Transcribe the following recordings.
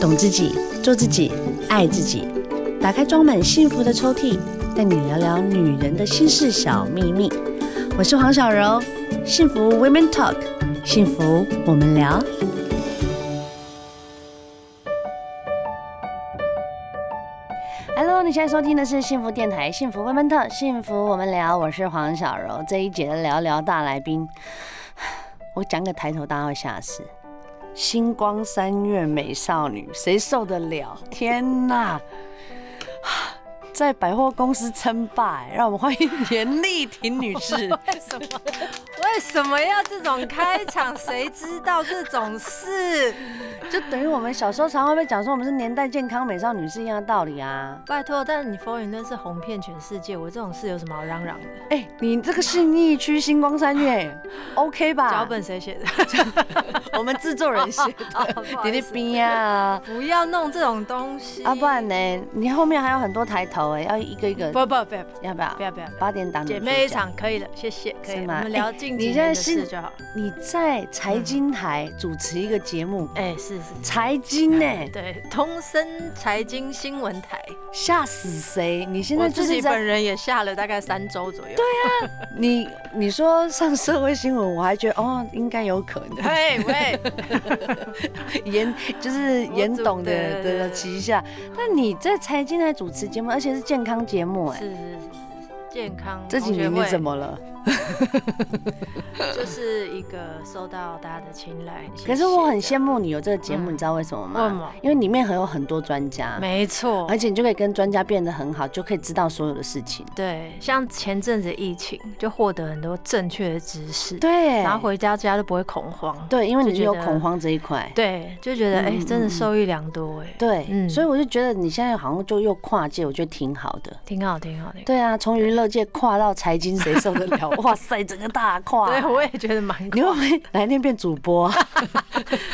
懂自己，做自己，爱自己。打开装满幸福的抽屉，带你聊聊女人的心事小秘密。我是黄小柔，幸福 Women Talk，幸福我们聊。Hello，你现在收听的是幸福电台《幸福 Women Talk》，幸福我们聊，我是黄小柔。这一节的聊聊大来宾， 我讲个抬头，大家会吓死。星光三月美少女，谁受得了？天哪！在百货公司称霸，让我们欢迎严丽婷女士。为什么？为什么要这种开场？谁知道这种事？ 就等于我们小时候常会被讲说我们是年代健康美少女是一样的道理啊。 拜托，但是你风云那是红遍全世界，我这种事有什么好嚷嚷的？哎、你这个信义区星光三月，OK 吧？脚本谁写的？我们制作人写 哦的不好，你意的思边啊。 不要弄这种东西。啊，不然呢？你后面还有很多抬头哎、要一个一个，不不不要要不要不？要不要！八点档姐妹一场。场可以的，谢谢，可以是了。吗我们聊近你几现在年的心事就好了。你在财经台主持一个节目，哎，是是，财经 呢、对，通生财经新闻台，吓死谁？你现我在自就是己本在人也下了大概三周左右。你你说上社会新闻，我还觉得哦，应该有可能， 对， 喂， 严就是我严主董对的对对的对旗下。但你在财经台主持节目，而且是健康节目、哎，是是是是是，健康这几同学年你会怎么了？ 就是一个受到大家的青睐。谢谢可是我很羡慕你有这个节目，嗯你知道为什么为吗？什么？因为里面还有很多专家，没错而，且你就可以跟专家变得很好，就可以知道所有的事情。对，像前阵子疫情，就获得很多正确的知识，对，然后回家家都不会恐慌，对，因为就你觉有得恐慌这一块。对，就觉得哎、嗯嗯真的嗯受益良多哎、对，嗯所以我就觉得你现在好像就又跨界，我觉得挺好的。挺好，挺好，挺好。对啊，从娱乐界跨到财经，谁受得 了？哇塞，整个大跨。对，我也觉得蛮你会酷。不会哪一天变主播 啊、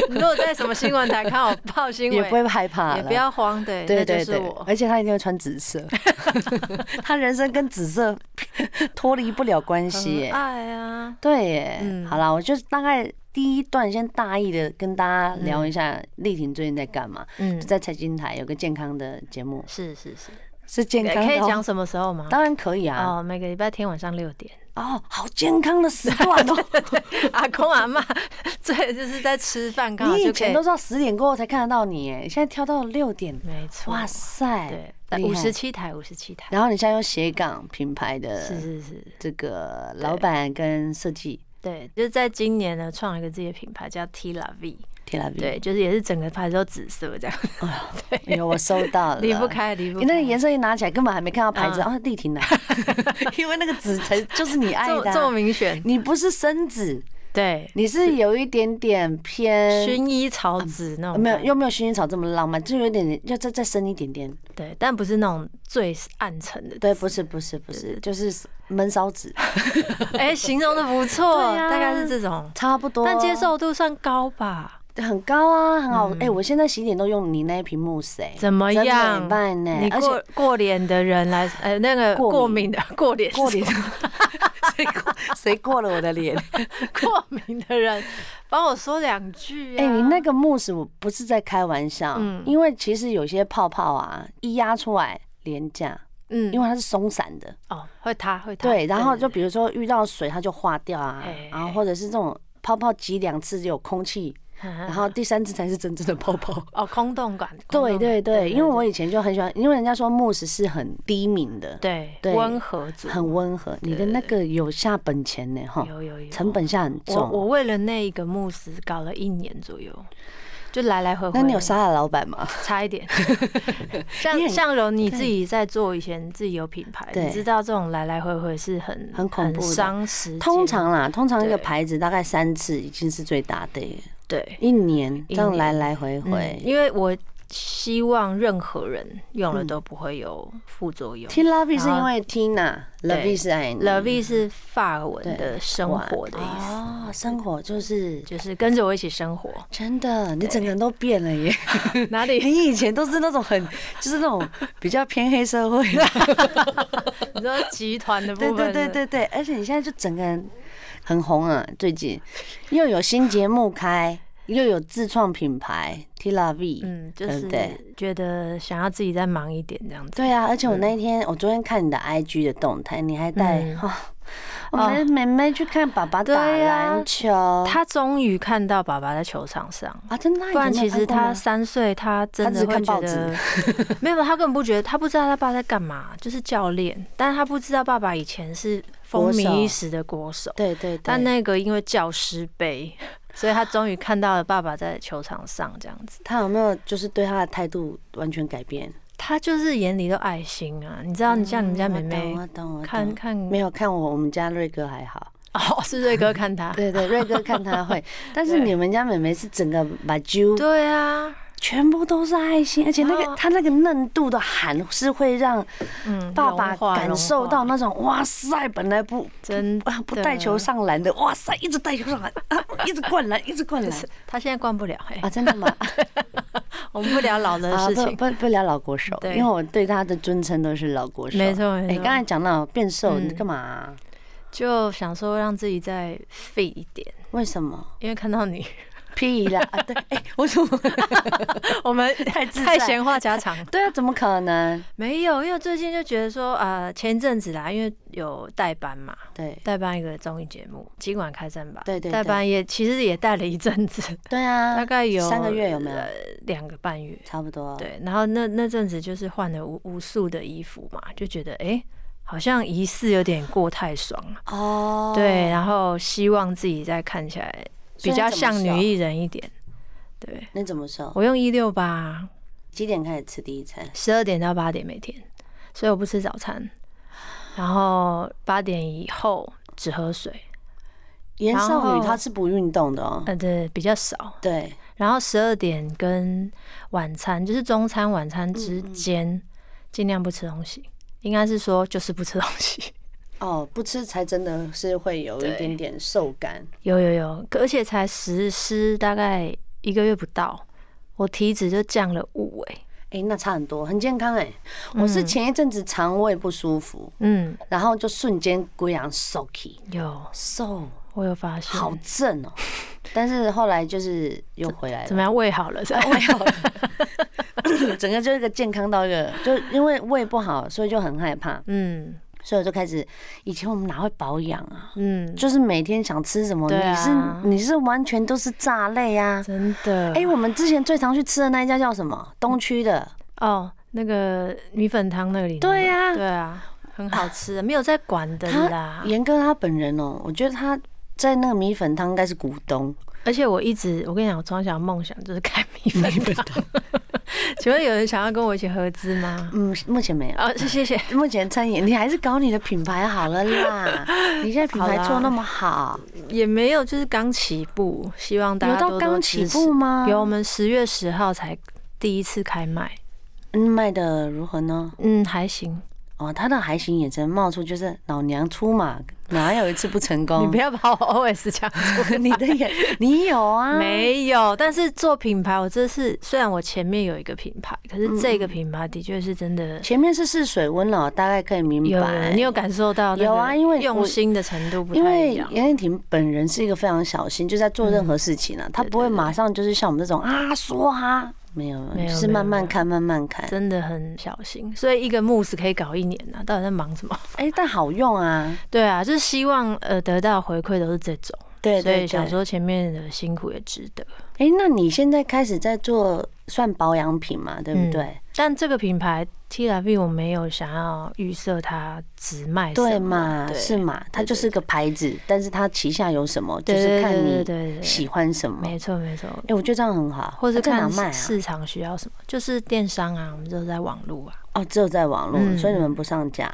你 如果在什么新闻台看我报新也闻，不会害怕了也不。要慌，对，对那对就是对我，而且他一定会穿紫 色，他人生跟紫色脱离不了关系很耶。 爱啊，对耶，嗯好啦，我就大概第一段先大意的跟大家聊一下丽婷最近在干嘛，嗯就，在财经台有个健康的节目，是是是，是健康的、可以讲，什么时候吗？当然可以啊。哦，每个礼拜天晚上六点。 哦，好健康的时段哦！阿公阿妈， 对，就是在吃饭，刚好你以就可前以都。知道十点过后才看得到你，哎，现在跳到六点，没错，哇塞！对，厉害五十七台，五十七台，然后你现在用斜杠品牌是的是是，这个老板跟设计对，就是在今年呢，创了一个自己的品牌叫 T La V， t l 对，，就是也是整个牌子都紫色这样，哎呦，我收到了，离不。开，离不你开。那个颜色一拿起来，根本还没看到牌子，嗯啊，丽婷 的， 因为那个紫才就是你爱这么的这么啊。明显，你不是深紫，对，你是有一点点偏，薰衣草紫那种，啊没有又没有薰衣草这么浪漫，就有点要再再深一点点。对，但不是那种最暗沉的。对，不是不是不是，就是闷烧纸， 哎，形容的不错，对啊大概是这种，差不多。啊但接受度算高吧？很高啊，很好。哎、我现在洗脸都用你那一瓶慕斯、哎，怎么真的样很？棒呢、你而且过过脸的人来，呃，那个过过敏敏的过脸是过脸，谁 过谁过了我的脸？过敏的人，帮我说两句、啊。哎、你那个慕斯我不是在开玩笑，嗯因为其实有些泡泡啊，一压出来廉价，嗯因为它是松散的，哦，会塌会嗯塌。对。然后就比如说遇到水它就化掉啊，哎然后或者是这种泡泡挤两次就有空气，然然后第三次才是真正的泡泡。嗯哦，空洞感。空对洞感对对，因为我以前就很喜欢，因为人家说慕斯是很低敏的，对对温和组很温和。你的那个有下本钱呢，哈，有有有成。本下很我我重。为了那一个慕斯搞了一年左右，就来来回回。那你有杀了老板吗？差 一点？你像很像柔，你自己在做以前自己有品牌，对你知道这种来来回回是很很恐怖的伤时间。通常啦，通常一个对牌子大概三次已经是最大的耶，对，一年一这样年来来回嗯回。因为我希望任何人用嗯了都不会有副作用。 T Love 是然后因为 Tina，Love 是爱你 Love 是法文对的生活的意思，哦，生活就是就是跟着我一起生活。真的，你整个人都变了耶。 哪里？ 你以前都是那种很，就是那种比较偏黑社会的，你知道集团的部对对分？对。对对，而且你现在就整个人很红啊，最近又有新节目开，又有自创品牌 Tila V，、嗯，就对是不对觉得想要自己再忙一点这样子。对啊，而且我那一天，我昨天看你的 IG 的动态，你还带嗯哦，我们妹妹去看爸爸打对啊篮球他终于看到爸爸在球场上，啊，真的啊，不然以前没其有看实过他吗三岁，他真他的只会看觉报得 没有，他根本不觉得，他不知道他爸在干嘛，就是教 练，但他不知道爸爸以前是风靡一时的国手，对对，对但那个因为教师杯，所以他终于看到了爸爸在球场上这样子，他有没有就是对他的态度完全改变？他就是眼里都爱心啊，你知道，你像你们家妹妹嗯我懂我懂，我看懂。看没有看我，我们家瑞哥还 好。哦，是瑞哥看他，对对，瑞哥看他 会，但是对你们家妹妹是整个把揪对啊，全部都是爱心，而且那哦个他那个嫩度的喊是会让嗯，爸爸融化感受到。融化那种哇塞，本来不真啊不带球上篮的，哇塞，一直带球上 篮，啊一直灌篮，一直灌篮他现在惯不了、哎、啊！真的 吗？我们不聊老人 的啊事不情。不不聊老国手，因对为我对他的尊称都是老国手。没错没哎，错刚才讲到变瘦，嗯你干嘛啊？就想说让自己再 fit 一点，为什 么？因为看到你，屁啦！啊对，哎，我 怎么？我们太自在太闲话家常。对啊，怎么可能？没有，因为最近就觉得说，呃，前一阵子啦，因为有代班嘛，对代班一个综艺节目《今晚开战吧》，对对对代班也其实也带了一阵子，对啊，大概有三个月有没哦有？呃两个半月。差不多。对，然后那那阵子就是换了无无数的衣服嘛，就觉得哎、诶好像疑似有点过太爽了。哦，对，，然后希望自己再看起来比较像女艺人一点。对你怎么瘦？我用一六八，几点开始吃第一餐？十二点到八点每天，所以我不吃早餐，然后八点以后只喝水，严少然女后她是不运动的哦。呃，对，比较少。对，然后十二点跟晚餐，就是中餐晚餐之嗯间，尽量不吃东西。应该是说就是不吃东西， 哦，不吃才真的是会有一对点点瘦感。有有有，而且才实施大概一个月不到，我体脂就降了五哎、哎、那差很多，很健康哎、我是前一阵子肠胃不舒服，嗯，然后就瞬间归阳瘦起，有，瘦我有发现。好正 哦、但是后来就是又回来怎了，么样？胃好了是吧？胃好了。整个就是一个健康到一个，就因为胃不好，所以就很害怕， 嗯所以我就开始，以前我们哪会保养啊？嗯，就是每天想吃什么，对啊你是你是完全都是炸类啊！真的。哎、我们之前最常去吃的那一家叫什么？东区的。哦，那个米粉汤那里。对呀对啊，很好吃，没有在管的啦。严哥他本人哦、我觉得他在那个米粉汤应该是股东，而且我一直，我跟你讲，我从小梦想就是开米粉汤。 请问有人想要跟我一起合资吗？嗯，目前没有。哦，谢谢。目前餐饮，你还是搞你的品牌好了 啦！你现在品牌好啦做那么好，也没有，就是刚起步，希望大有家到多刚多起支持步。吗？有，我，们十月十号才第一次开卖，嗯，卖的如何呢？嗯，还行。哦，他的还行，眼神冒出就是老娘出马，哪有一次不成 你功不？要把我 OS 讲出 来。你的眼，你有啊？， 没有，但是做品牌，我这是虽然我前面有一个品牌，可是这嗯个品牌的确是真的前面是试水温了，大概可以明有白。你有感受到那有啊个因为用我心的程度不因太一为样。嗯杨燕婷本人是一个非常小心，就在做任何事情啊，她不会马上就是像我们这种啊说哈，没有，没有就是没有慢没慢有看，慢慢看。真的很小心，所以一个慕斯可以搞一年呐、到底在忙什么？哎，但好用啊， 对啊，就是希望呃得到回馈都是这种，对所以对想对。说前面的辛苦也值得。哎，那你现在开始在做算保养品嘛，对嗯不对？但这个品牌 T R V 我没有想要预设它只卖什么对嘛，对是嘛，它就是个牌子，但是它旗下有什么，就对是对看对对你对对，喜欢什么。没错没错，哎，我觉得这样很好，或它是在哪看卖啊？市场需要什么，就是电商啊，我们就在网络啊，哦，只有在网络，嗯所以你们不上架。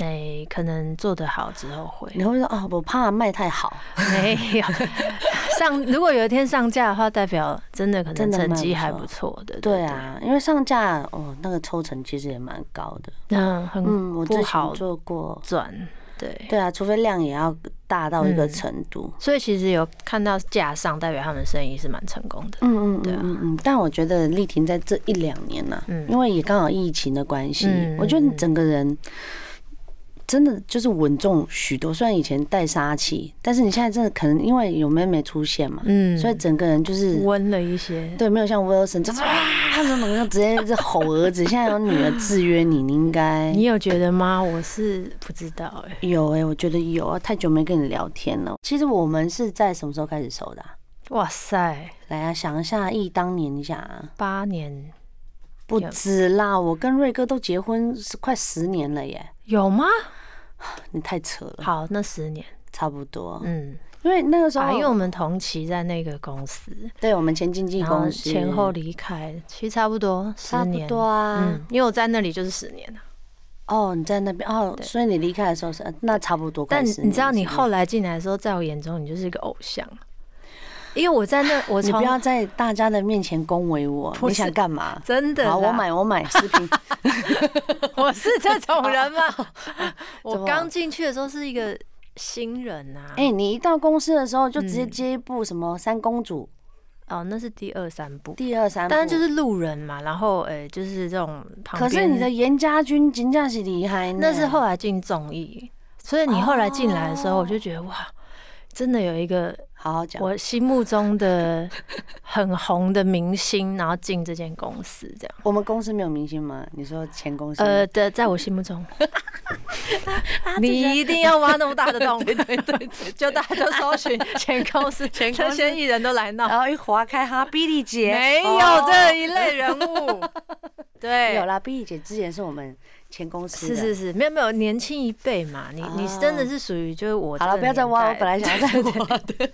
诶、哎可能做得好之后会你会说哦，我怕卖太好，没有 上，如果有一天上架的话，代表真的可真能的成卖绩不还错不错的，对，啊，因为上架哦，那个抽成其实也蛮高的。嗯，很嗯，我不之前好做过。赚，对。对啊，除非量也要大到一个嗯程度。所以其实有看到架上，代表他们生意是蛮成功的。嗯嗯对嗯啊嗯嗯。但我觉得丽婷在这一两年呢、嗯因为也刚好疫情的关系，嗯我觉得你整个人真的就是稳重许多。虽然以前带杀气，但是你现在真的可能因为有妹妹出现嘛，嗯，所以整个人就是温了一些。对，没有像 Wilson 就是啊，那种要直接就吼儿子。现在有女儿制约你，你应该你有觉得吗？我是不知道哎、有哎、我觉得有啊，太久没跟你聊天了。其实我们是在什么时候开始熟的、啊？哇塞，来啊，想一下忆当年一下、啊，八年不止啦，我跟瑞哥都结婚是快十年了耶，有吗？你太扯了，好，那十年，差不多。嗯，因为那个时候，啊，因为我们同期在那个公司，对我们前经纪然后公司啊前后离开，其实差不多十差不年，多啊。嗯，因为我在那里就是十年了。哦，你在那边哦，所以你离开的时候是呃那差不多快但十年的时间。你知道，你后来进来的时候，在我眼中，你就是一个偶像，因为我在 那，我你从不要在大家的面前恭维我，不你是想干嘛？真的啦，好，我买我买视频， 我是这种人 吗？怎我么刚进去的时候是一个新人啊呐、哎、你一到公司的时候就直接嗯接一部什么《三公主》哦，那是第二三部，第二三部，但是就是路人嘛，然后诶、呃就是这种旁边。可是你的严家军金价是厉害呢，那是后来进综艺，所以你后来进来的时候，我就觉得哇，真的有一个好好讲。我心目中的很红的明星，然后进这间公司这样。我们公司没有明星吗？你说前公司吗呃，的，在我心目 中，你一定要挖那么大的洞，啊 对对对，就大家就搜寻前公司，前 公这司些艺人都来闹，然后一划开哈，比利姐哦没有这一类人物， 对，有啦，比利姐之前是我们前公司是的，是是，没有没有，年轻一辈嘛，你你啊是真的是属于就是我。好了，不要再挖，我本来。想要 再挖的。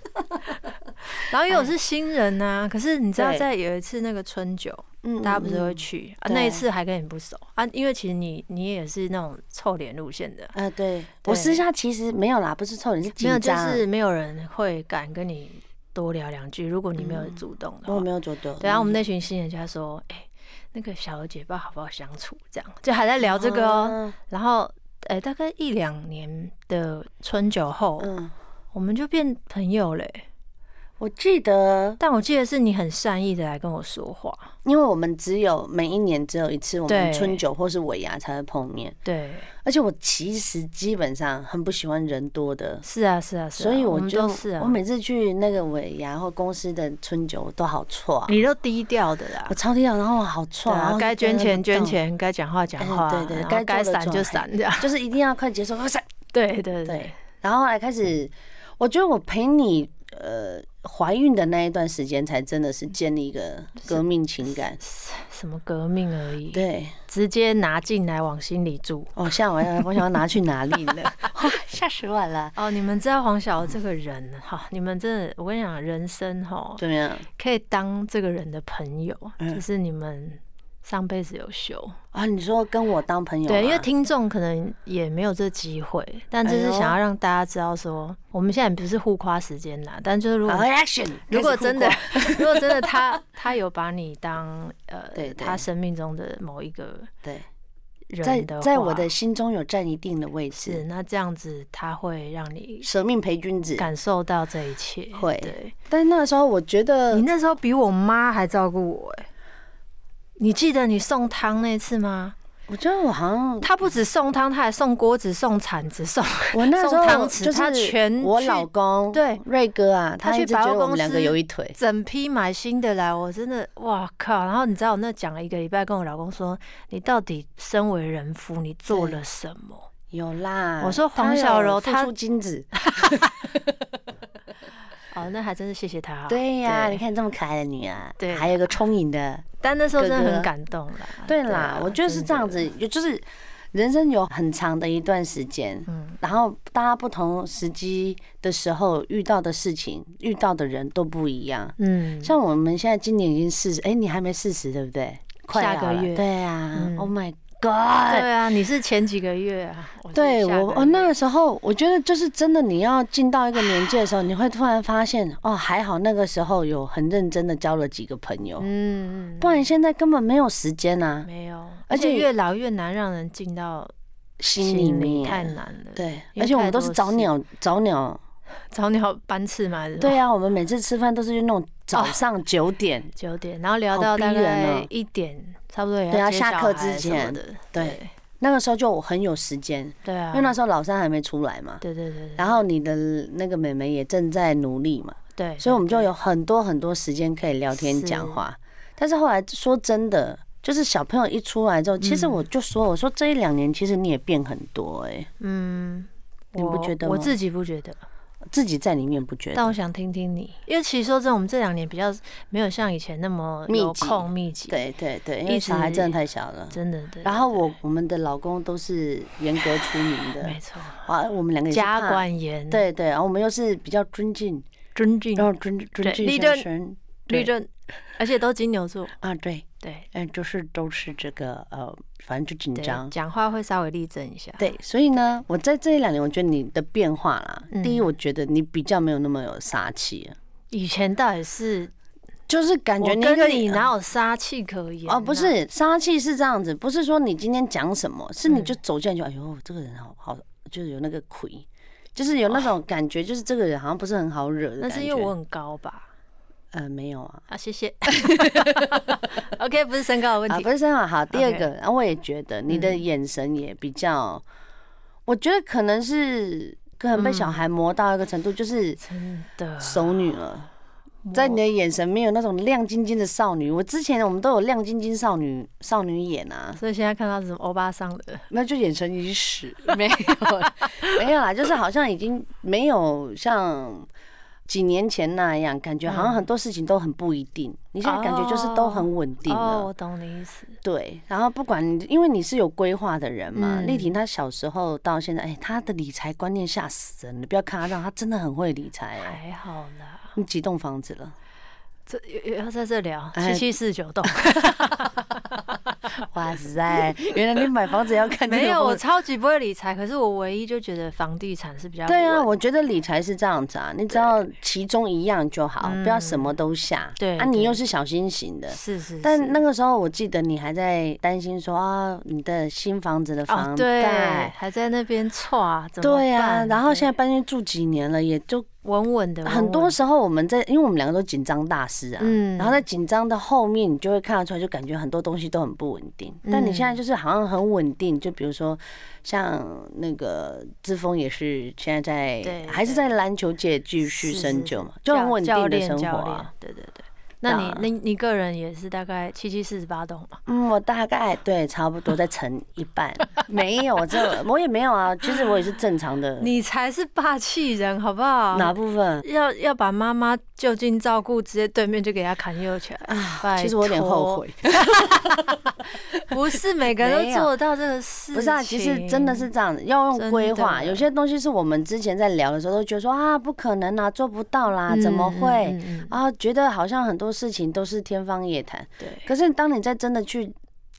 然后因为我是新人呐、可是你知道，对在有一次那个春酒，嗯大家不是会？去啊？对那一次还跟你不熟啊，因为其实你你也是那种臭脸路线的，嗯嗯呃，对，对我私下其实没有啦，不是臭脸，是没紧有就张，是没有人会敢跟你多聊两句，如果你没有嗯主动的我话。没有做对。对啊，我们那群新人就在说，哎、那个小娥姐不知道好不好相处，这样 就还在聊这个哦、啊，然后，哎、大概一两年的春酒后，嗯，我们就变朋友嘞、我记得，但我记得是你很善意的来跟我说话，因为我们只有每一年只有一次我们对春酒或是尾牙才会碰面，对，而且我其实基本上很不喜欢人多的。是啊，是啊，是啊，所以我我们就都是啊，我每次去那个尾牙或公司的春酒我都好错啊，你都低调的啦我，超低调，然后我好啊对错，然啊后，该捐就觉得钱捐嗯钱，该讲话讲话，哎对对然后该该做的闪做就闪这样， 就是一定要快结束，快闪。对 对对对，，然后来哎开始，我觉得我陪你呃怀孕的那一段时间，才真的是建立一个革命情感。什么革命而已，对，直接拿进来往心里住。哦，吓我一跳，我想要拿去哪里呢？ 哇，吓死我了！哦，你们知道黄晓这个人哈，你们真的，我跟你讲，人生 哈，怎么样？可以当这个人的朋友，嗯就是你们上辈子有修。啊，你说跟我当朋友、啊？对，因为听众可能也没有这机会，但就是哎想要让大家知道说，我们现在不是互夸时间啦，但就是如果好 action，如果开始互真的夸如果真的他 他有把你当呃对对他生命中的某一个对，在人的在话我的心中有占一定的位是置，那这样子，他会让你舍命陪君子。感受到这一切。会对但那个时候，我觉得你那时候比我妈还照顾我哎、你记得你送汤那次吗？我觉得我好 像他不止送汤，他还送锅子、送铲子、送 我那时送候汤匙就是他全我去老公对瑞哥啊，他他去一直百觉货得我们公两个司有一腿，整批买新的来，我真的哇靠！然后你知道我那讲了一个礼拜，跟我老公说，你到底身为人夫，你做了什么？有啦。我说黄他小有柔付她出金子，哦，那还真是谢谢他、对呀，你对看这么可爱的女儿，对还有个充盈的，但那时候真哥的哥很感动啦。对啊啦，我觉得是这样。真子的，也就是人生有很长的一段时间，嗯，然后大家不同时机的时候遇到的事情、遇到的人都不一样。嗯，像我们现在今年已经四十，哎，你还没四十对不对？快下要个了月对啊嗯，Oh my God！对啊，你是前几个月啊？是对下个我，月嗯我那个时候我觉得就是真的，你要进到一个年纪的时候，你会突然发现，哦，还好那个时候有很认真的交了几个朋友，嗯，嗯不然现在根本没有时间嗯啊，没有，而而且且越老越难让人进到心里心里，面太难了。，对，因为而且我们太都多是早事鸟早鸟，早鸟班次嘛，是吧对啊，我们每次吃饭都是那种早哦上九点，九点，然后聊好到逼大人哦概一点，差不多也对啊接下小课孩之什么前的，对对，那个时候就很有时间，对啊因为，那时候老三还没出来嘛，对对对对然后你的那个妹妹也正在努力嘛，对，所以我们就有很多很多时间可以聊天是讲话。但是后来说真的，就是小朋友一出来之嗯后，其实我就说，我说这一两年其实你也变很多哎、嗯，你不我觉得我吗自己不觉得，自己在里面不觉但得？我想听听你，因为其实说真的，我们这两年比较没有像以前那么密有集空密集，，对对对，因一为直小孩真的太小了。真的对。对然后对我我们的老公都是严格出名的没，错，哇，我们两个也是家怕，管严，，对对，然后我们又是比较尊敬，尊敬然后尊尊嗯对敬立先正生，律对政， 而且都金牛座，啊对，对嗯，就是都是这个呃，反正就紧对张，，讲话会稍微立正一下，对，所以呢，我在这一两年，我觉得你的变化啦，第一，嗯我觉得你比较没有那么有杀气了，以前到底是就是感觉我你一个跟你哪有杀气可言啊？哦，不是杀气是这样子，不是说你今天讲什么，是你嗯就走进来就哎呦，这个人好好，就是有那个魁，就是有那种感觉，就是这个人好像不是很好惹的哦那感觉。是因为我很高吧？呃没有啊，啊，谢 谢。OK，不是身高的问啊题不，是很好。好，第二 OK 嗯个，然后我也觉得你的眼神也比较，我觉得可能是可能被嗯小孩磨到一个程度，就是真的，熟女了。在你的眼神没有那种亮晶晶的少女，我之前我们都有亮晶晶少女少女眼啊，所以现在看到是什么欧巴桑的那就眼神已死，没有？没有啦，就是好像已经没有像几年前那样，感觉好像很多事情都很不一定。你现在感觉就是都很稳定哦，我了，懂你意思。对。然后不管你，因为你是有规划的人嘛，嗯丽婷她小时候到现在，哎，她的理财观念吓死人！你不要看她这样，她真的很会理财、哎还好啦，你几栋房子了？这又要在这聊哎七七四十九 栋，哇塞，原来你买房子要看这个没有，房我子超级不会理财，可是我唯一就觉得房地产是比较对啊，稳我觉得理财是这样子啊，你只要其中一样就好，不要什么都下。嗯对啊，你对又是小心型的。是是，但是那个时候，我记得你还在担心说啊，你的新房子的哦房对，贷，还在那边错啊，怎么对啊，办然后对现在搬进去住几年了，也就稳稳的，很稳多稳地时候我们在，因为我们两个都紧张大师啊，嗯然后在紧张的后面，你就会看得出来，就感觉很多东西都很不稳定。嗯但你现在就是好像很稳定，就比如说像那个志峰也是现在在对还是在篮球界继续是深是究是嘛，就很教稳教定的练生教活练啊。对对对。那那你你你个人也是大概七七四十八栋嘛？嗯，我大概对差不多再乘一 半，没有，我这我也没有啊，其实我也是正常的。 你才是霸气人，好不 好？哪部分？要要把妈妈就近照顾，直接对面就给她砍右起来。拜 其实我有点后托悔。不是每个 人没都有做得到这个事情。不是啊，其实真的是这样子，要用真规划。的有些东西是我们之前在聊的时候都觉得说啊，不可能啊，做不到啦，怎么嗯会？嗯嗯嗯嗯啊，觉得好像很多事情都是天方夜谭。对，可是当你在真的去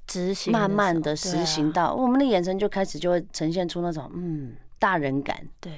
执行慢慢的的时候啊实行，到，我们的眼神就开始就会呈现出那种嗯大人感。对啊，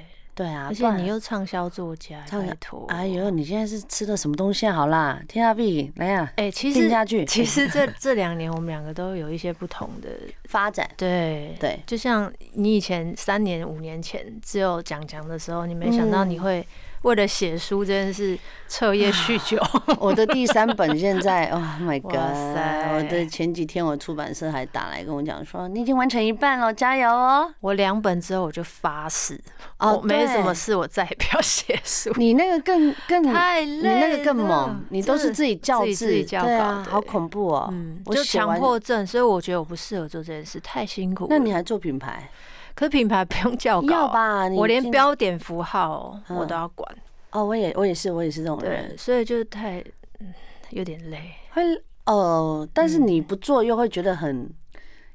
对对啊，而不且然你又畅销作家，畅销拜托，哎呦，你现在是吃的什么东西啊？好啦，天下币来呀，哎，其定实下去。其实这这两年我们两个都有一些不同的，发展对。对，就像你以前三年、五年前只有讲讲的时候，你没想嗯到你会为了写书这件事彻啊夜酗酒。 我的第三本现在，Oh my 哇 god！塞我的前几天，我出版社还打来跟我讲说，你已经完成一半了，加油哦！我两本之后我就发誓，哦我没什么对事，我再也不要写书。 你那个更更，你太累了，那个更猛，你都是自己校自己自己字，校对稿啊，对好恐怖哦！嗯，我就写完强迫症，所以我觉得我不适合做这件事，太辛苦了。那你还做品牌？可品牌不用校稿，要？吧，你我连进标点符号嗯我都要管，哦，我也我也是我也是这种人，对，所以就太嗯有点累。会哦，但是你不做又会觉得很嗯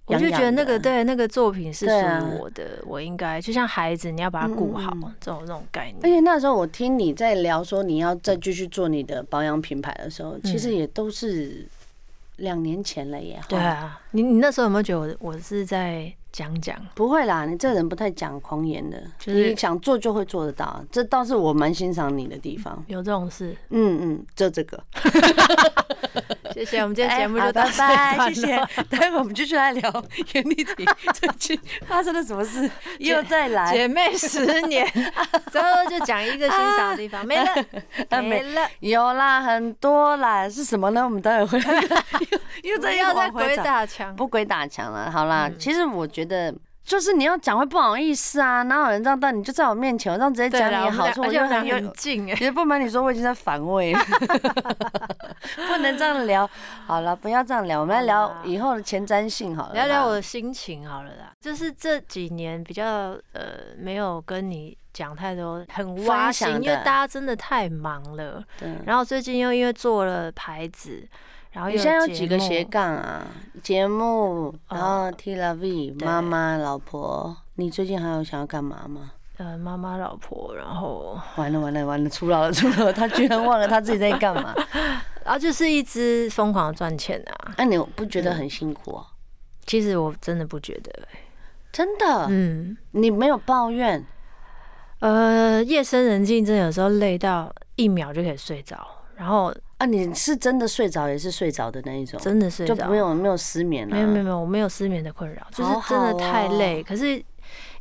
我就痒觉得痒那的个对那个作品是属对啊于我的，我应该就像孩子，你要把他顾好嗯嗯，这种这种概而念。且那时候我听你在聊说你要再继续做你的保养品牌的时候，其实也都是两年前了耶。哈嗯对，啊，你你那时候有没有觉得我我是在讲讲？不会啦，你这人不太讲狂言的，就是你想做就会做得到，这倒是我蛮欣赏你的地方。有这种事？嗯嗯，就这个。谢谢，我们今天节目哎好就到拜这里段拜，落谢谢。 待会我们继续来聊严丽婷最近发生了什么 事，又再来。姐妹十 年，之后就讲一个欣赏的地方，没了，啊没没了。 有啦，很多啦，是什么呢？我们待会回来又不在要再往回鬼找打墙。不鬼打墙了。好嗯啦，其实我觉得。就是你要讲会不好意思啊，哪有人这样但你就在我面前，我这样直接对讲啦你的好处，我我们就俩而且我很们有俩很近哎、其实不瞒你说，我已经在反胃，不能这样聊。 好了，不要这样聊，我们来好聊啦以后的前瞻性好了啦。聊聊我的心情好了啦，就是这几年比较呃没有跟你讲太多很挖分心享，因为的嗯大家真的太忙了。对。然后最近又因为做了牌子，然后又你现在有节几个斜目哦杠啊？节目，然后 T L V 对妈妈、老婆，你最近还有想要干嘛吗？呃妈妈老婆，然后完了完了完了，出老了出老了，他居然忘了他自己在干 嘛。然后啊就是一直疯狂赚钱啊。那、你不觉得很辛苦、哦？其实我真的不觉得、欸，真的，嗯，你没有抱怨，呃，夜深人静，真的有时候累到一秒就可以睡着，然后啊，你是真的睡着也是睡着的那一种，真的睡就着，没有没有失眠啊，没有没有没有，我没有失眠的困扰，就是好好真的太哦累。可是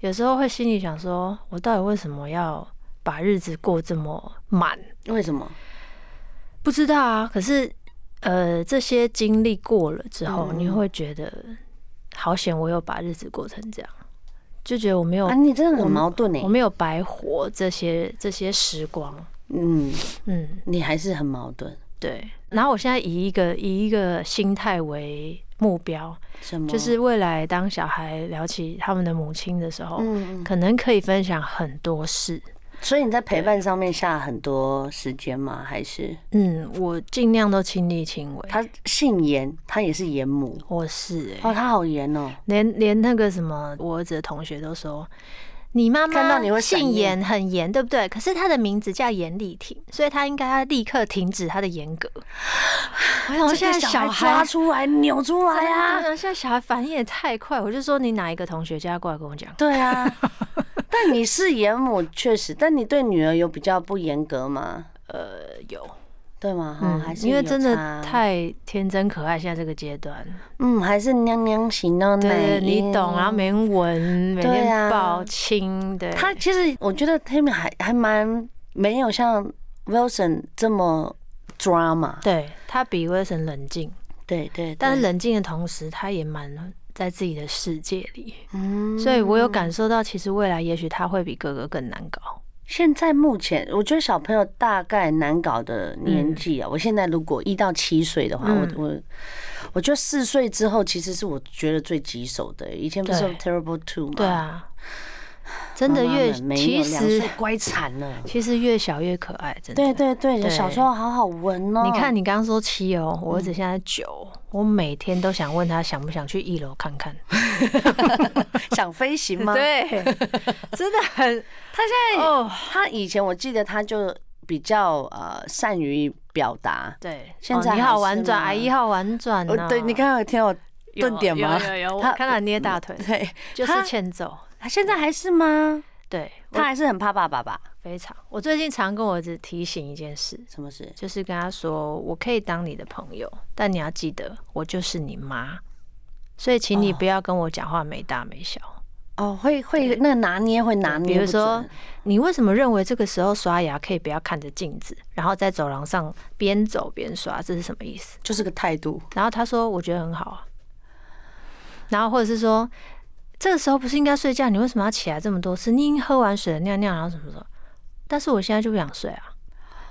有时候会心里想说，我到底为什么要把日子过这么满？为什么？不知道啊。可是呃，这些经历过了之后，嗯你会觉得好险，我有把日子过成这样，就觉得我没有、啊，你真的很矛盾欸呢、我没有白活这些这些时光。嗯，嗯，你还是很矛盾，对。然后我现在以一个以一个心态为目标，什么？就是未来当小孩聊起他们的母亲的时候，嗯，嗯可能可以分享很多事。所以你在陪伴上面下很多时间吗？还是嗯，我尽量都亲力亲为。他姓严，他也是严母？我是、欸，哦，他好严哦，连连那个什么，我儿子的同学都说。你妈看到你妈会闪姓念严，很严，对不对？可是她的名字叫严丽婷，所以她应该要立刻停止她的严格。我想，我现在这个小抓孩出来扭出来真啊！的现在小孩反应也太快，我就说你哪一个同学叫他过来跟我讲。对啊， 但你是严母确实，但你对女儿有比较不严格吗？呃，有，对吗？哈、哦还是嗯因为有真的差太天真可爱，现在这个阶段，嗯，还是娘娘型的对奶，你懂，然后没人闻，每对啊天抱亲，对，他其实我觉得 Tammy 还还蛮没有像 Wilson 这么 drama。对他比 Wilson 冷静，对对，但是对冷静的同时，他也蛮在自己的世界里，嗯所以我有感受到，其实未来也许他会比哥哥更难搞。现在目前我觉得小朋友大概难搞的年纪啊，我现在如果一到七岁的话，我嗯我我觉得四岁之后其实是我觉得最棘手的。以前不是有对 Terrible Two 嘛，对，啊，真的妈妈越们没有其两实岁乖惨了。其实越小越可爱，真的。对对对，对小时候好好闻哦。嗯你看，你刚刚说七哦，我儿子现在九，我每天都想问他想不想去一楼 看看。 想飞行 吗？对，真的 很他现在哦，他以前我记得他就比较呃善于表达，对，现在哦你还好是婉转，吗阿姨好婉转哦呢。对你刚刚有听我 有顿点吗有有有，我他嗯看到你捏大腿，对，就是他欠揍。他现在还是吗？对，他我还是很怕爸爸吧？非常。我最近常跟我儿子提醒一件事，什么事？就是跟他说，我可以当你的朋友，但你要记得，我就是你妈。所以，请你哦不要跟我讲话没大没小。哦，会会那个拿捏会拿捏比不准，如说，你为什么认为这个时候刷牙可以不要看着镜子，然后在走廊上边走边刷？这是什么意思？就是个态度。然后他说我觉得很好啊，然后或者是说这个时候不是应该睡觉，你为什么要起来这么多次？你已经喝完水了，尿尿，然后什么什么？但是我现在就不想睡啊，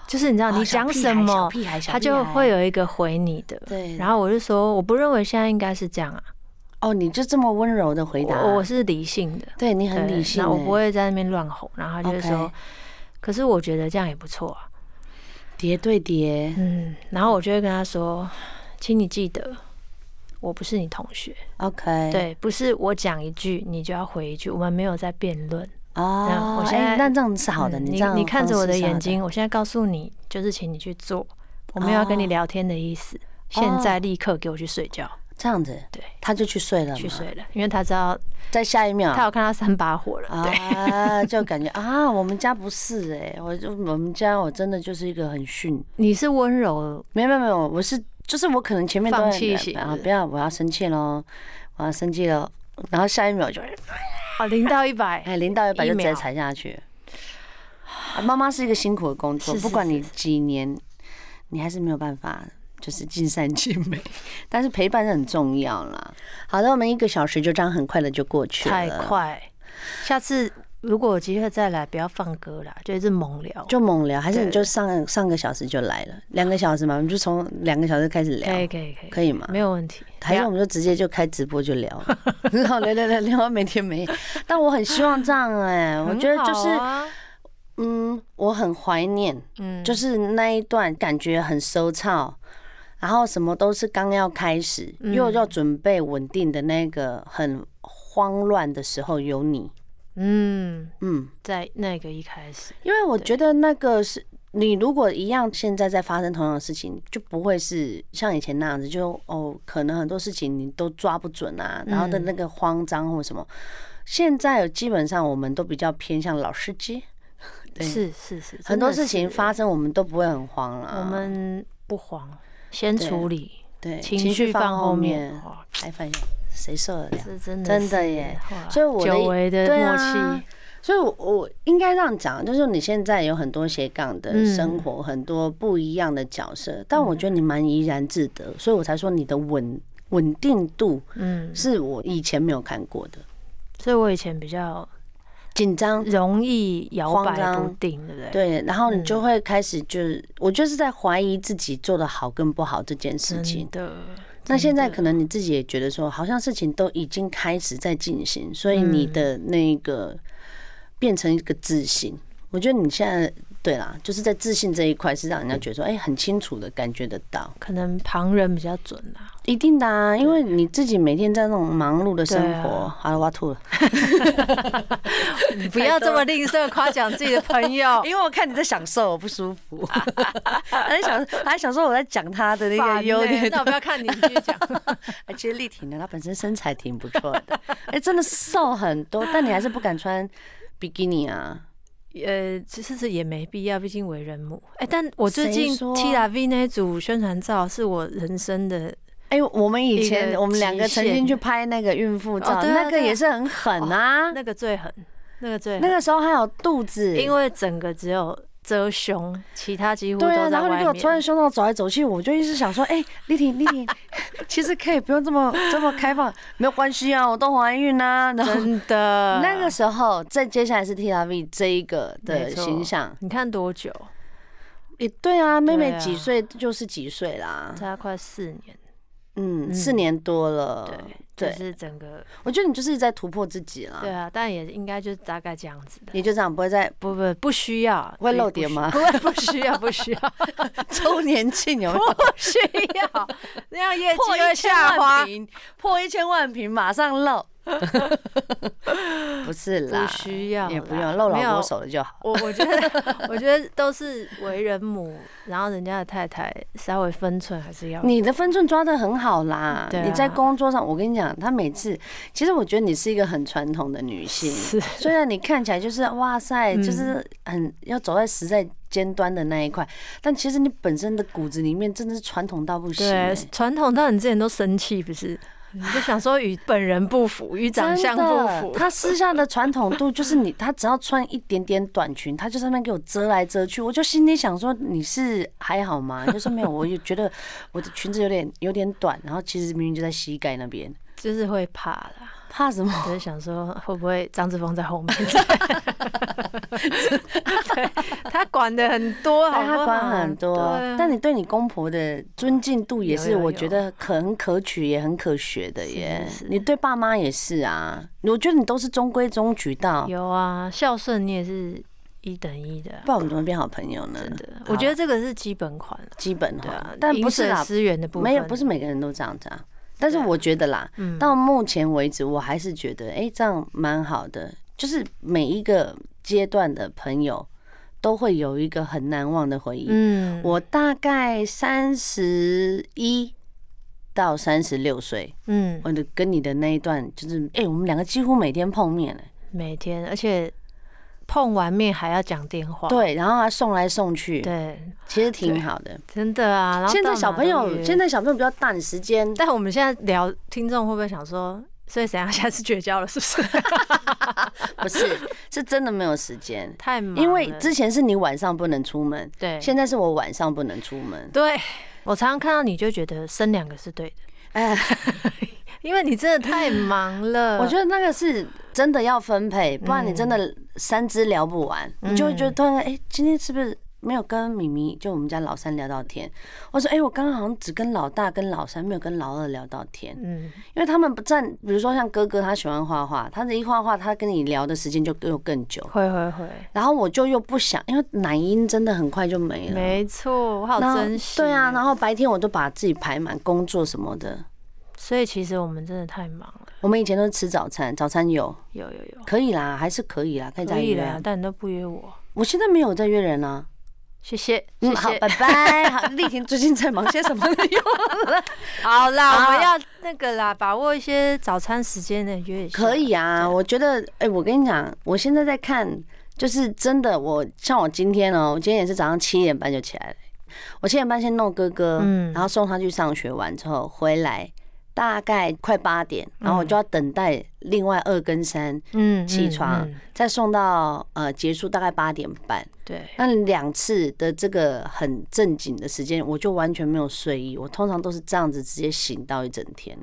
就是你知道你讲什么，啊屁孩，小屁孩他就会有一个回你的。对。然然后后我就说我不认为现在应该是这样啊，哦，你就这么温柔的回答，我我是理性的，对你很对理性欸，欸那我不会在那边乱吼。然后他就会说 OK 可是我觉得这样也不错啊。叠对叠。嗯，然后我就会跟他说，请你记得，我不是你同学， OK，对，不是我讲一句你就要回一句，我们没有在辩论。这哦样，我现哎在那这样是好的，嗯你你这样你看着我方的式是好眼，睛，我现在告诉你，就是请你去做，我没有要跟你哦聊天的意思。现在立刻给我去睡觉，这样子，对，他就去睡了嘛，去睡了，因为他知道在下一秒他有看到三 把火了，对，嗯啊，就感觉啊，我们家不是哎、我就我们家我真的就是一个很逊，你是 温柔，没有没有没有，我是就是我可能前面都放很弃型啊是，不要我要生气喽，我要生气了，然后下一秒就哦，零到一百，哎零到一百一就直接秒踩下去。啊妈妈是一个辛苦的工作，是不是管是你几年，你还是没有办法就是尽善尽美， 但是陪伴是很重要啦。好的，我们一个小时就这样很快的就过去了，太快。下次如果有机会再来，不要放歌啦，就一直猛聊。就猛聊，还是你对就上上个小时就来了，两个小时嘛，我们就从两个小时开始可以聊，可以可以，可以吗？没有问题。还是我们就直接就开直播就 聊，然后聊聊聊聊到每天没。但我很希望这样哎、我觉得就是很好啊嗯，我很怀念，嗯，就是那一段感觉很收操，然后什么都是刚要开始，嗯又要准备稳定的那个很慌乱的时候有你，嗯，嗯，在那个一开始，因为我觉得那个是你如果一样，现在在发生同样的事情，就不会是像以前那样子，就哦，可能很多事情你都抓不准啊，嗯然后的那个慌张或什么。现在基本上我们都比较偏向老司 机，对是是是，很多真的事情是发生我们都不会很慌啦。我们不慌，先对处理，对情绪放后面，哇哎，发现谁受得了？这真的真的是耶，哇所以我的久违的对默啊契，所以我，我应该这样讲，就是你现在有很多斜杠的生活，很多不一样的角色，但我觉得你蛮怡然自得，所以我才说你的稳稳定度嗯，是我以前没有看过的，所以我以前比较紧张。容易摇慌摆不张定，对不对？对，然后你就会开始就是，我就是在怀疑自己做的好跟不好这件事情真。的。那现在真的可能你自己也觉得说，好像事情都已经开始在进行，所以嗯你的那个变成一个自信。我觉得你现在对啦，就是在自信这一块是让人家觉得说，哎、很清楚的感觉得到，可能旁人比较准啦，一定的啊，因为你自己每天在那种忙碌的生对啊活，好了，我要吐了，。你不要这么吝啬夸奖自己的朋友 因为我看你在享受，我不舒 服，还想还想说我在讲他的那个优点，欸那我不要看你继续 讲。而且丽婷呢，她本身身材挺不错 的，哎、真的瘦很多，但你还是不敢穿比基尼啊。呃，其实是也没必要，毕竟为人母。哎、但我最近谁说 T R V 那一组宣传照是我人生的，哎、我们以一前个我们两个极曾限经去拍那个孕妇照，哦对啊哦那个也是很狠啊。那个最狠，那个最那狠，个时候还有肚子，因为整个只有遮胸，其他几乎都对啊，在然后你外给我面。穿着胸罩走来走去，我就一直想说，哎、丽婷，丽 婷，其实可以不用这么这么开放，没有关系啊，我都怀孕啦、然后真的， 那 个时候，再接下来是 T R V 这一个的没错形象，你看多久？也对啊，妹妹对啊几岁就是几岁啦，大概快四年，嗯，嗯四年多了，就哦对，是整个我觉得你就是一直在突破自己啦对，啊，但也应该就是大概这样子的。你就这样不会 再不不不需要，会不漏不点需吗不会，不需 要，不需要，周年庆有没有？ 不需要， 那样业绩破一会千下万滑。平，破一千万平马上 漏。不是啦，不需要啦也不用露没老有婆手了就好。我我觉得， 我觉得都是为人母，然后人家的太太稍微分寸还是要。你的分寸抓得很好啦，对啊你在工作上，我跟你讲，他每次，其实我觉得你是一个很传统的女性，是虽然你看起来就是哇塞，嗯就是很要走在时代尖端的那一块，但其实你本身的骨子里面真的是传统到不行、对欸，传统，到你之前都生气不 是？你就想说与本人不符，与长相不真的，符。他私下的传统度就是你，他只要穿一点点短裙，他就在那边给我遮来遮去，我就心里想说你是还好吗？ 就说没有，我也觉得我的裙子有点有点短，然后其实明明就在膝盖那边，就是会怕啦，怕什么？就是想说会不会张志峰 在后面？对，他管的很多，好但不好他管很多 对啊，但你对你公婆的尊敬度也是，有有我觉得可很可取，也很可学的耶。是是你对爸妈也是啊，我觉得你都是中规中矩到，有啊，孝顺你也是一等一的啊、不然我们怎么变好朋友呢？真的。好我觉得这个是基本款啊，基本对哈啊，，但不是啦，资源的部分没有，不是每个人都这样子啊。但是对啊我觉得啦，嗯到目前为止，我还是觉得，哎、这样蛮好的。就是每一个阶段的朋友，都会有一个很难忘的回忆。嗯，我大概三十一到三十六岁，嗯我的跟你的那一段，就是哎、诶我们两个几乎每天碰面、欸，每天，而且碰完面还要讲电话，对，然后还送来送去，对，其实挺好的。真的啊。然后现在到哪小朋都友，约现，在小朋友比较大，你时间但我们现在聊，听众会不会想说，所以怎样？下次绝交了是不是？不是， 是真的没有时间。 太忙了，因为之前是你晚上不能出门，对 现在是我晚上不能出门，对我常常看到你就觉得生两个是对的，哎，因为你真的太忙了。 我觉得那个是真的要分配，不然你真的嗯三只聊不完，你就会觉得突然哎、今天是不是没有跟米米，就我们家老三聊到天？我说哎、我刚刚好像只跟老大跟老三，没有跟老二聊到天，嗯，因为他们不占，比如说像哥哥他喜欢画画，他这一画画，他跟你聊的时间就又更久，会会会，然后我就又不想，因为奶音真的很快就没了，没错，我好然后珍惜。对啊，，然后白天我都把自己排满工作什么的。所以其实我们真的太忙了。我们以前都是吃早餐，早餐有有有有，可以啦，还是可以啦，可以可再以约、了啊，。但你都不约我，我现在没有在约人啊。谢谢，谢嗯，好，谢。拜拜。 好，丽婷最近在 忙些什么啊呢？好啦，好我们要那个啦，把握一些早餐时间的约一下。可，以啊，我觉得，哎、我跟你讲，我现在在看，就是真的，我像我今天哦、我今天也是早上七点半就起来了，我七点半先弄哥哥，嗯然后送他去上学完之后回来，大概快八点，然后我就要等待另外二跟三嗯，起嗯床，嗯再送到呃结束大概八点半。对，那两次的这个很正经的时间，我就完全没有睡意，我通常都是这样子直接醒到一整天、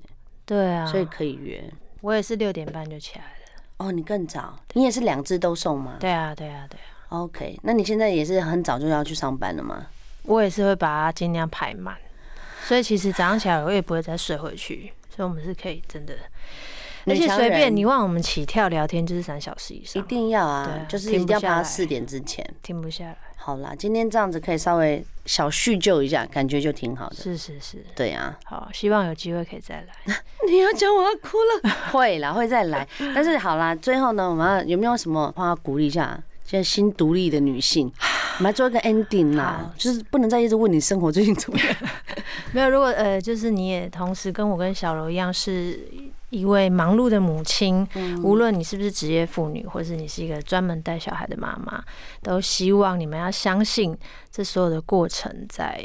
对啊，所以可以约。我也是六点半就起来了。哦，你更早，你也是两只都送吗对啊，对啊，对啊， ？OK，那你现在也是很早就要去上班了吗？我也是会把它尽量排满，所以其实早上起来我也不会再睡回去，所以我们是可以真的，而女且强随便人你忘我们起跳聊天就是三小时以一上，定要对啊啊，就是一停定不要把下它来四点之前。停不下来。好啦，今天这样子可以稍微小叙旧一下，感觉就挺好的。是是是，对啊，好，希望有机会可以再来。你要讲我要哭了， 会啦，会再来。但是好啦，最后呢，我们要有没有什么话要鼓励一下现在新独立的女 性？我们来做一个 ending 啦好，就是不能再一直问你生活最近怎么样。 没有，如果呃，就是你也同时跟我跟小柔一样，是一位忙碌的母亲，无论你是不是职业妇女，或是你是一个专门带小孩的妈妈，都希望你们要相信这所有的过程，在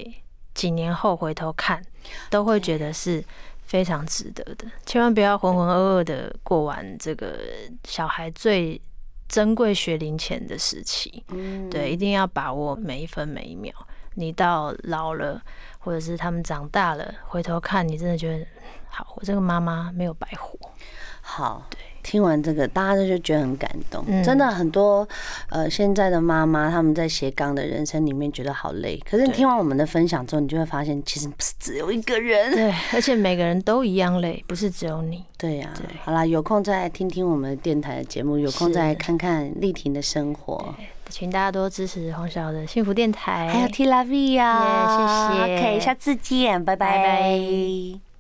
几年后回头看，都会觉得是。非常值得的，千万不要浑浑噩噩的过完这个小孩最珍贵学龄前的时期。嗯，对，一定要把握每一分每一秒。你到老了，或者是他们长大了，回头看你，真的觉得，好，我这个妈妈没有白活。 好，听完这个，大家都就觉得很感动。嗯真的很多呃，现在的妈妈他们在斜杠的人生里面觉得好累，可是你对听完我们的分享之后，你就会发现，其实不是只有一个人。对，而且每个人都一样累，不是只有你。对呀、对好啦，有空再来听听我们电台的节目，有空是再来看看丽婷的生活，请大家多支持黄小的幸福电台，还有 T 拉 V 呀，耶谢谢 OK，下次见，拜拜拜拜